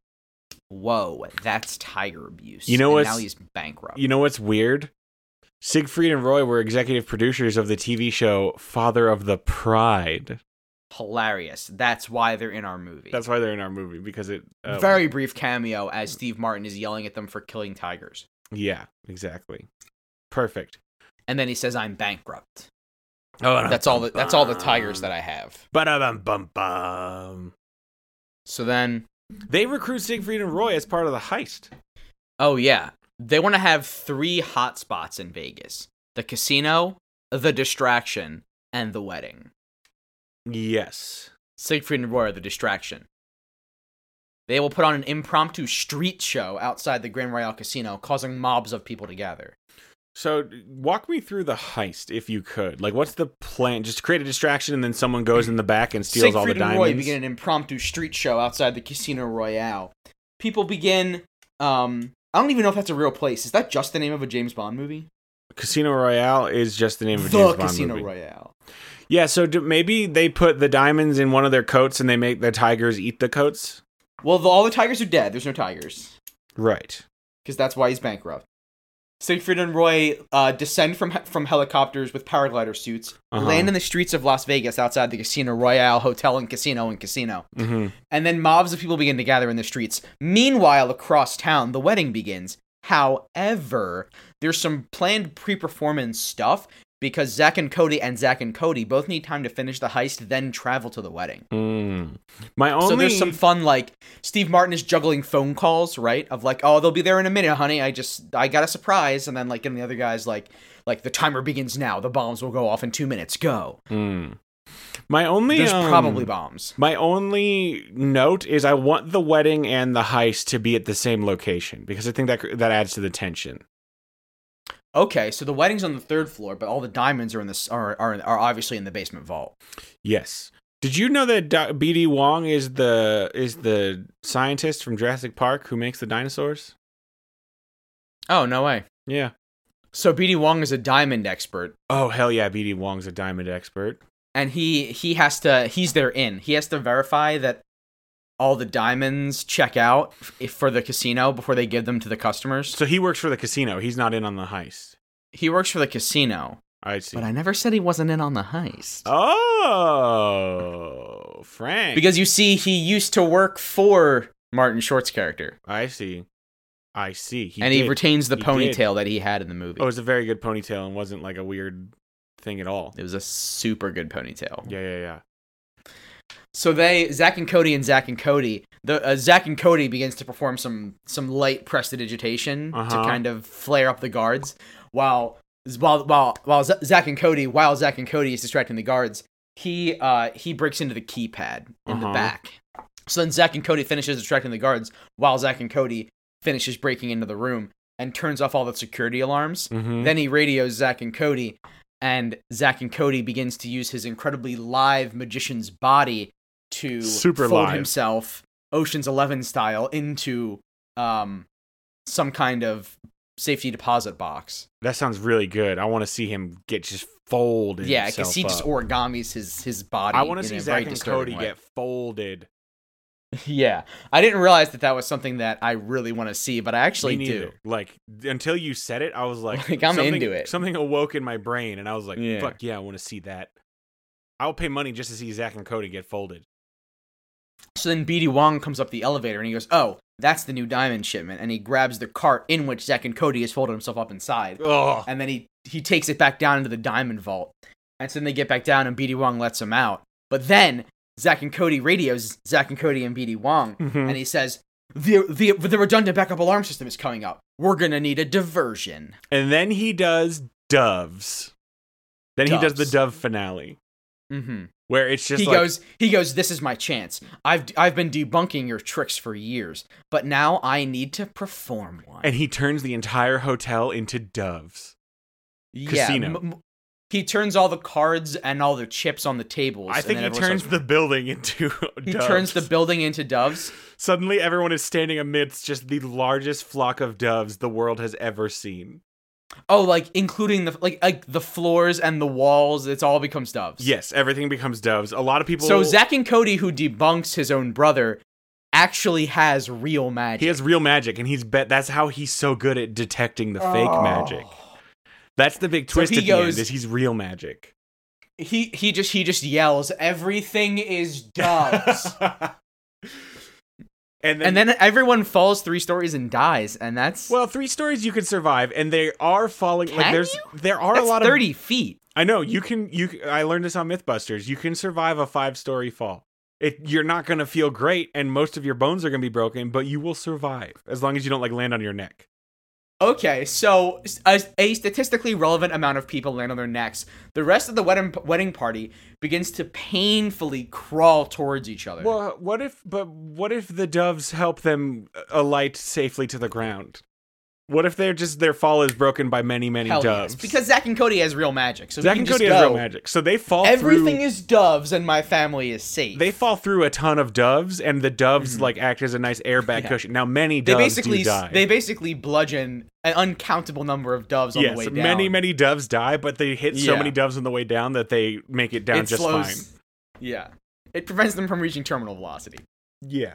B: "Whoa, that's tiger abuse."
A: You know
B: and
A: what's-
B: now he's bankrupt.
A: you know what's weird? Siegfried and Roy were executive producers of the TV show Father of the Pride.
B: Hilarious. That's why they're in our movie.
A: That's why they're in our movie because it. uh,
B: very brief cameo as Steve Martin is yelling at them for killing tigers.
A: Yeah, exactly. Perfect.
B: And then he says, "I'm bankrupt."
A: Oh,
B: That's all. The, that's all the
A: uh,
B: tigers that I have.
A: Ba-da-bum bum bum.
B: So then,
A: They recruit Siegfried and Roy as part of the heist.
B: oh yeah, they want to have three hot spots in Vegas: the casino, the distraction, and the wedding.
A: Yes.
B: Siegfried and Roy are the distraction. They will put on an impromptu street show outside the Grand Royale Casino, causing mobs of people to gather.
A: So walk me through the heist if you could. Like, what's the plan? Just create a distraction, and then someone goes in the back and steals all the
B: Siegfried and
A: diamonds.
B: Roy begin an impromptu street show outside the Casino Royale. People begin. Um, I don't even know if that's a real place. Is that just the name of a James Bond movie?
A: Casino Royale is just the name of a
B: the
A: James Bond
B: Casino
A: movie.
B: Royale.
A: Yeah, so do, maybe they put the diamonds in one of their coats, and they make the tigers eat the coats.
B: Well, the, all the tigers are dead. There's no tigers
A: Right.
B: because that's why he's bankrupt. Siegfried and Roy uh, descend from he- from helicopters with paraglider suits,
A: Uh-huh.
B: land in the streets of Las Vegas outside the Casino Royale hotel and casino and casino.
A: hmm
B: and then mobs of people begin to gather in the streets. Meanwhile, across town, the wedding begins. However, there's some planned pre performance stuff because Zach and Cody and Zach and Cody both need time to finish the heist, then travel to the wedding.
A: Mm. My
B: So
A: only
B: there's some fun, like Steve Martin is juggling phone calls, right? Of like, oh, they'll be there in a minute, honey. I just, I got a surprise, and then like, and the other guys like, like the timer begins now. The bombs will go off in two minutes. Go.
A: Mm. My only
B: There's
A: um,
B: probably bombs.
A: My only note is I want the wedding and the heist to be at the same location because I think that that adds to the tension.
B: Okay, so the wedding's on the third floor, but all the diamonds are in this are are, are obviously in the basement vault.
A: Yes. Did you know that Do- BD Wong is the is the scientist from Jurassic Park who makes the dinosaurs?
B: Oh no way!
A: Yeah.
B: So BD Wong is a diamond expert,
A: Oh hell yeah, BD Wong's a diamond expert.
B: and he he has to he's their in. He has to verify that all the diamonds check out if for the casino before they give them to the customers.
A: So he works for the casino. He's not in on the heist.
B: He works for the casino,
A: I see.
B: but I never said he wasn't in on the heist.
A: oh, Frank.
B: Because you see, he used to work for Martin Short's character,
A: I see. I see. He
B: and he
A: did.
B: retains the
A: He did.
B: ponytail that he had in the movie.
A: Oh, it was a very good ponytail and wasn't like a weird thing at all.
B: it was a super good ponytail.
A: Yeah, yeah, yeah.
B: So they Zach and Cody and Zach and Cody the uh, Zach and Cody begins to perform some some light prestidigitation
A: Uh-huh.
B: to kind of flare up the guards while while while while Z- Zach and Cody while Zach and Cody is distracting the guards he uh he breaks into the keypad in the
A: Uh-huh.
B: back so then Zach and Cody finishes distracting the guards while Zach and Cody finishes breaking into the room and turns off all the security alarms
A: Mm-hmm.
B: then he radios Zach and Cody, and Zach and Cody begins to use his incredibly live magician's body to
A: Super
B: fold
A: live.
B: himself Ocean's Eleven style into um some kind of safety deposit box.
A: that sounds really good. I want to see him get just folded.
B: yeah,
A: himself
B: because he just
A: up.
B: origamis his his body.
A: I want to
B: in
A: see
B: a very
A: Zach and
B: disturbing
A: Cody
B: way.
A: get folded.
B: yeah, I didn't realize that that was something that I really want to see, but I actually
A: Me
B: do.
A: neither. Like until you said it, I was like,
B: Like, I'm
A: something-
B: into it.
A: Something awoke in my brain, and I was like,
B: Yeah.
A: fuck yeah, I want to see that. I'll pay money just to see Zach and Cody get folded.
B: So then BD Wong comes up the elevator and he goes, Oh, that's the new diamond shipment. And he grabs the cart in which Zack and Cody has folded himself up inside.
A: Oh,
B: And then he, he takes it back down into the diamond vault. And so then they get back down and BD Wong lets him out. But then Zack and Cody radios Zack and Cody and BD Wong.
A: Hmm.
B: And he says, the, the, the redundant backup alarm system is coming up. We're going to need a diversion.
A: and then he does doves. Then he does the
B: Doves.
A: dove finale,
B: Mm-hmm.
A: where it's just
B: he
A: like,
B: goes he goes this is my chance i've i've been debunking your tricks for years but now i need to perform one
A: and he turns the entire hotel into doves. Casino.
B: m- m- he turns all the cards and all the chips on the tables.
A: I
B: and
A: think
B: then
A: he
B: everyone
A: turns
B: starts-
A: the building into.
B: he
A: doves.
B: turns the building into doves.
A: Suddenly, everyone is standing amidst just the largest flock of doves the world has ever seen.
B: Oh, like including the like like the floors and the walls. It's all becomes doves.
A: Yes, everything becomes doves. A lot of people.
B: So Zach and Cody, who debunks his own brother, actually has real magic. Oh.
A: He has real magic, and he's bet. That's how he's so good at detecting the fake magic. That's the big twist
B: he
A: at the
B: goes-
A: end. Is he's real magic?
B: He he just he just yells, "Everything is doves."
A: And then,
B: and then everyone falls three stories and dies, and that's
A: well, three stories you could survive, and they are falling. like
B: Can
A: there's
B: you?
A: there are
B: that's
A: a lot of
B: thirty feet.
A: I know you can. You c- I learned this on MythBusters. You can survive a five-story fall. It, you're not going to feel great, and most of your bones are going to be broken, but you will survive as long as you don't like land on your neck.
B: Okay, so a, a statistically relevant amount of people land on their necks. The rest of the wedding wedding party begins to painfully crawl towards each other.
A: Well, what if? But what if the doves help them uh, alight safely to the ground? What if they're just their fall is broken by many, many
B: Hell yes,
A: doves?
B: because Zach and Cody has real magic. So we
A: Zack
B: can
A: and
B: just
A: Cody has real
B: go,
A: magic, so they fall.
B: Everything
A: through,
B: is doves, and my family is safe.
A: They fall through a ton of doves, and the doves like act as a nice airbag
B: Mm-hmm. Yeah.
A: cushion. Now many
B: they
A: doves
B: basically
A: do die.
B: they basically bludgeon an uncountable number of doves on
A: yes,
B: the way down.
A: many many doves die, but they hit so
B: Yeah.
A: many doves on the way down that they make it down
B: it
A: just
B: slows.
A: fine.
B: Yeah, it prevents them from reaching terminal velocity.
A: Yeah,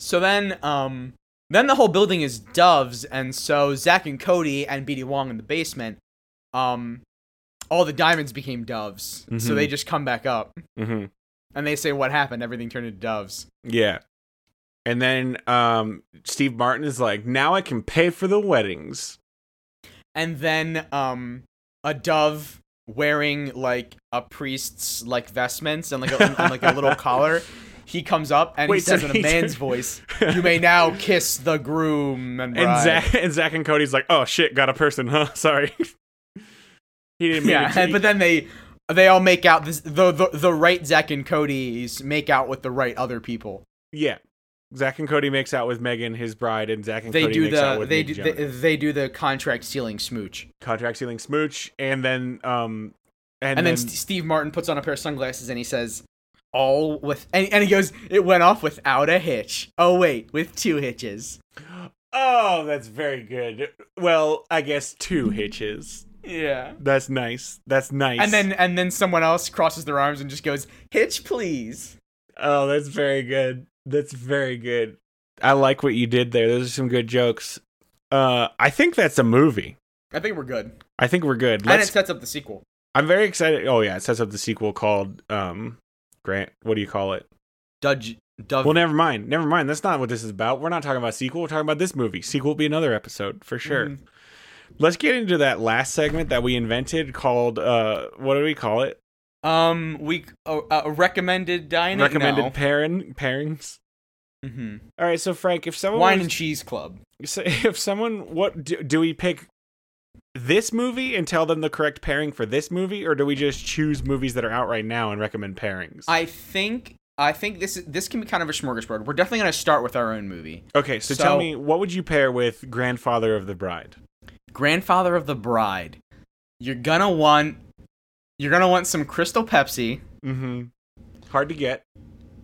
B: So then, um, then the whole building is doves, and so Zach and Cody and BD Wong in the basement, um, all the diamonds became doves. So
A: Mhm.
B: they just come back up
A: hmm
B: and they say, "What happened? Everything turned into doves."
A: yeah. And then um, Steve Martin is like, "Now I can pay for the weddings."
B: And then, um, a dove wearing like a priest's like vestments and like a, and, like a little collar. He comes up and he
A: Wait, so
B: says in
A: he-
B: a man's voice, "You may now kiss the groom and bride."
A: And Zach and Zach and Cody's like, "Oh shit, got a person, huh? Sorry." he didn't mean
B: Yeah,
A: it.
B: and- but then they they all make out this the the, the right Zach and Cody's make out with the right other people.
A: yeah. Zach and Cody makes out with Megan, his bride, and Zach and
B: They
A: Cody
B: do
A: makes out
B: the
A: with
B: they
A: Nick
B: do
A: Jonas.
B: they, they do the contract sealing smooch.
A: contract ceiling smooch, and then um, and,
B: And, then, S- Steve Martin puts on a pair of sunglasses and he says all with and, and he goes it went off without a hitch. Oh wait, with two hitches.
A: oh, that's very good. Well, I guess two hitches.
B: Yeah.
A: That's nice. That's nice.
B: And then and then someone else crosses their arms and just goes hitch please.
A: oh, that's very good. That's very good. I like what you did there. Those are some good jokes. Uh, I think that's a movie.
B: I think we're good.
A: I think we're good.
B: And it
A: Let's.
B: sets up the sequel.
A: I'm very excited. Oh yeah, it sets up the sequel called um, Grant. What do you call it?
B: Dudge Dove.
A: Well, never mind. Never mind. That's not what this is about. We're not talking about sequel. We're talking about this movie. Sequel will be another episode for sure.
B: Mhm.
A: Let's get into that last segment that we invented called uh, what do we call it?
B: um we uh, uh, recommended dining
A: Recommended
B: No.
A: pairing pairings.
B: Mhm.
A: All right, so Frank, if someone
B: Wine
A: was-
B: and Cheese Club.
A: so if someone what do, do we pick this movie and tell them the correct pairing for this movie or do we just choose movies that are out right now and recommend pairings
B: I think I think this this can be kind of a smorgasbord. We're definitely going to start with our own movie,
A: okay so,
B: so-
A: tell me what would you pair with grandfather of the bride
B: Grandfather of the Bride. You're gonna want you're gonna want some Crystal Pepsi.
A: mm-hmm hard to get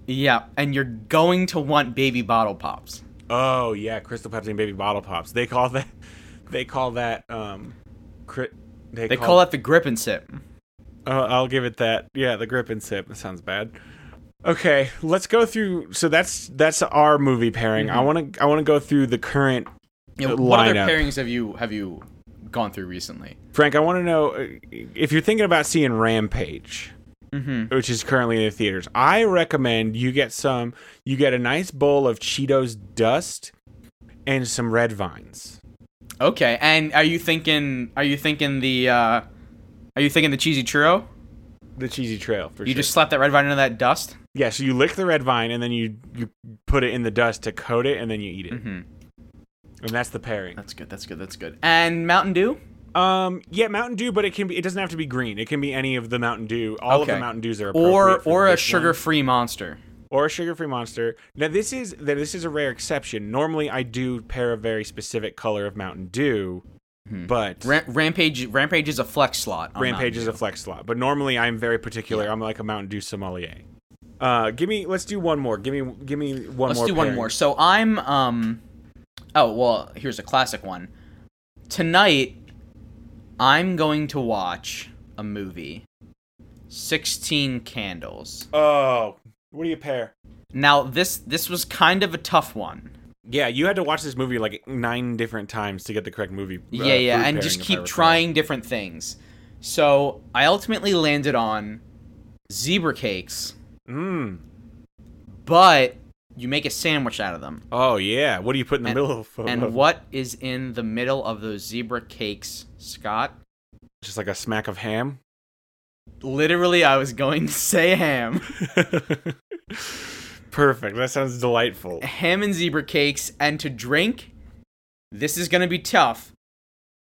B: Yeah, and you're going to want baby bottle pops.
A: oh yeah crystal pepsi and baby bottle pops they call that they call that um cri-
B: They call it the grip and sip.
A: Uh, I'll give it that. Yeah, the grip and sip. That sounds bad. Okay, let's go through. So that's that's our movie pairing.
B: Mm-hmm.
A: I want to I want to go through the current.
B: You know, what other
A: lineup.
B: pairings have you have you gone through recently?
A: Frank, I want to know uh, if you're thinking about seeing Rampage,
B: Mm-hmm.
A: which is currently in the theaters. I recommend you get some. You get a nice bowl of Cheetos dust and some red vines.
B: Okay, and are you thinking are you thinking the uh are you thinking the cheesy churro?
A: The cheesy trail for
B: You
A: sure.
B: just slap that red vine into that dust?
A: yeah. So you lick the red vine and then you you put it in the dust to coat it and then you eat it.
B: Mm-hmm.
A: And that's the pairing.
B: That's good. That's good. That's good. And Mountain Dew?
A: Um, yeah, Mountain Dew, but it can be. It doesn't have to be green. It can be any of the Mountain Dew. All of the
B: Okay.
A: Mountain Dews are appropriate
B: or
A: for
B: or a
A: this one.
B: sugar-free monster.
A: or a sugar free monster. Now this is th- this is a rare exception. Normally, I do pair a very specific color of Mountain Dew,
B: Mm-hmm.
A: but
B: Ra- Rampage Rampage is a flex slot. on
A: Rampage
B: Mountain
A: is a flex slot. But normally, I'm very particular. I'm like a Mountain Dew sommelier. Uh, give me. Let's do one more. Give me. Give me one
B: Dew. Let's
A: more.
B: do one
A: pairing.
B: more. So I'm um Oh, well, here's a classic one. Tonight I'm going to watch a movie. 16 Candles.
A: Oh, what do you pair?
B: Now this this was kind of a tough one.
A: Yeah, you had to watch this movie like nine different times to get the correct movie. uh,
B: yeah, yeah,
A: food
B: and
A: pairing,
B: just
A: if I
B: keep
A: recall.
B: trying different things. So I ultimately landed on zebra cakes,
A: Mm.
B: but you make a sandwich out of them.
A: Oh yeah, what do you put in the
B: And-
A: middle of?
B: And what is in the middle of those zebra cakes, Scott?
A: Just like a smack of ham.
B: Literally, I was going to say ham.
A: Perfect. That sounds delightful.
B: ham and zebra cakes, and to drink, this is going to be tough.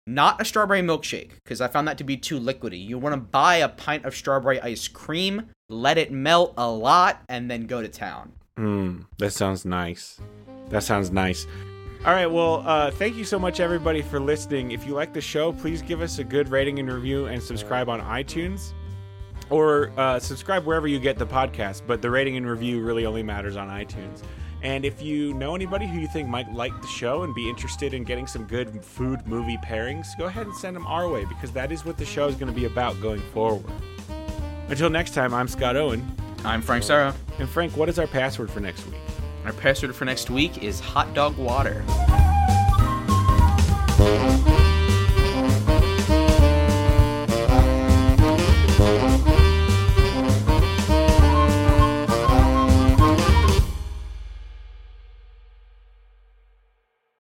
B: Not a strawberry milkshake, because I found that to be too liquidy. You want to buy a pint of strawberry ice cream, let it melt a lot, and then go to town.
A: Mm, that sounds nice. That sounds nice. All right, well, uh, thank you so much, everybody, for listening. If you like the show, please give us a good rating and review and subscribe on iTunes or uh, subscribe wherever you get the podcast. But the rating and review really only matters on iTunes. And if you know anybody who you think might like the show and be interested in getting some good food movie pairings, go ahead and send them our way because that is what the show is going to be about going forward. Until next time, I'm Scott Owen.
B: I'm Frank Sarah.
A: And Frank, what is our password for next week?
B: Our password for next week is hot dog water.
C: Thank you.